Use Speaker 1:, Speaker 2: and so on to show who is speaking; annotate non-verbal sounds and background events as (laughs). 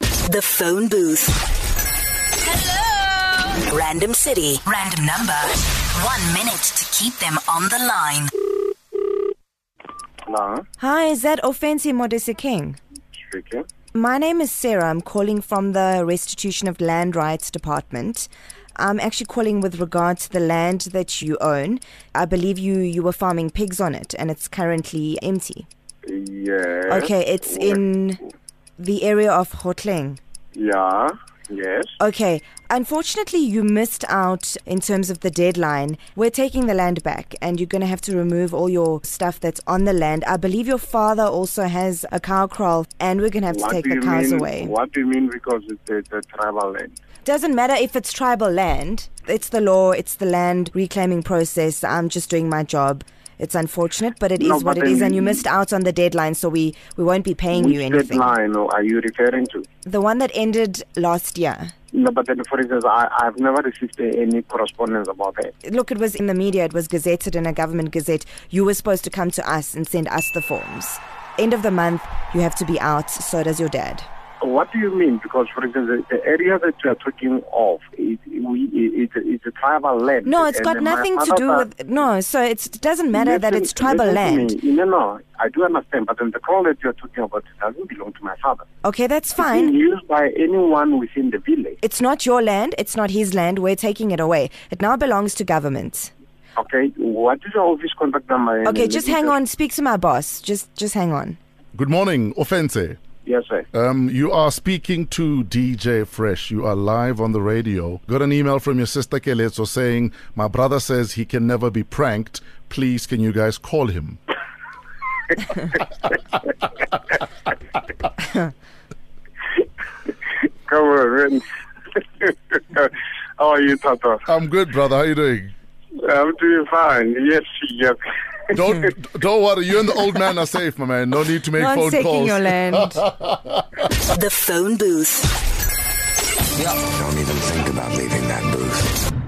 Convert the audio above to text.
Speaker 1: The phone booth. Hello! Random city, random number. One minute to keep them on the line.
Speaker 2: Hello,
Speaker 3: Hi, is that Ofensi Modise King?
Speaker 2: speaking.
Speaker 3: My name is Sarah. I'm calling from the Restitution of Land Rights Department. I'm actually calling with regard to the land that you own. I believe you, you were farming pigs on it and it's currently empty.
Speaker 2: Yeah.
Speaker 3: Okay, it's in the area of Hotling.
Speaker 2: Yeah. Yes.
Speaker 3: Okay, unfortunately, you missed out in terms of the deadline. We're taking the land back, and you're going to have to remove all your stuff that's on the land. I believe your father also has a cow kraal, and we're going to have to take the cows
Speaker 2: mean?
Speaker 3: away.
Speaker 2: What do you mean? Because it's a, it's a tribal land.
Speaker 3: Doesn't matter if it's tribal land, it's the law, it's the land reclaiming process. I'm just doing my job. It's unfortunate, but it is
Speaker 2: No,
Speaker 3: what
Speaker 2: but
Speaker 3: it is,
Speaker 2: then
Speaker 3: and you
Speaker 2: we-
Speaker 3: missed out on the deadline, so we, we won't be paying
Speaker 2: Which
Speaker 3: you anything.
Speaker 2: deadline are you referring to?
Speaker 3: The one that ended last year.
Speaker 2: No, but then, for instance, I, I've never received any correspondence about that.
Speaker 3: look, it was in the media, it was gazetted in a government gazette. You were supposed to come to us and send us the forms. End of the month, you have to be out, so does your dad.
Speaker 2: What do you mean? Because, for instance, the, the area that you are talking of, it, we, it, it, it's a tribal land.
Speaker 3: No, it's
Speaker 2: And
Speaker 3: got
Speaker 2: my
Speaker 3: nothing to
Speaker 2: father's
Speaker 3: do
Speaker 2: are-
Speaker 3: with. No, so it's, it doesn't matter that
Speaker 2: Listen-
Speaker 3: it's tribal
Speaker 2: listen to
Speaker 3: land.
Speaker 2: me. No, no, I do understand, but then the call that you're talking about doesn't belong to my father.
Speaker 3: Okay, that's
Speaker 2: It's
Speaker 3: fine.
Speaker 2: being used by anyone within the village.
Speaker 3: It's not your land, it's not his land, we're taking it away. It now belongs to government.
Speaker 2: Okay, what is your office contact number? and
Speaker 3: Okay,
Speaker 2: let
Speaker 3: just
Speaker 2: me
Speaker 3: hang on, speak to my boss. Just just hang on.
Speaker 4: Good morning, Offense.
Speaker 2: Yes, sir.
Speaker 4: Um, you are speaking to DJ Fresh. You are live on the radio. Got an email from your sister Kelezo saying, My brother says he can never be pranked. Please, can you guys call him?
Speaker 2: Come on. man. (laughs) How are you, Tata?
Speaker 4: I'm good, brother. How
Speaker 3: (laughs)
Speaker 4: you doing?
Speaker 2: I'm doing fine. Yes, yes.
Speaker 4: Don't don't worry. You and the old man are safe, my man. No need to make
Speaker 3: No
Speaker 4: phone
Speaker 3: one's taking
Speaker 4: calls.
Speaker 3: your
Speaker 4: (laughs)
Speaker 3: land.
Speaker 1: The phone booth.
Speaker 5: Don't even think about leaving that booth.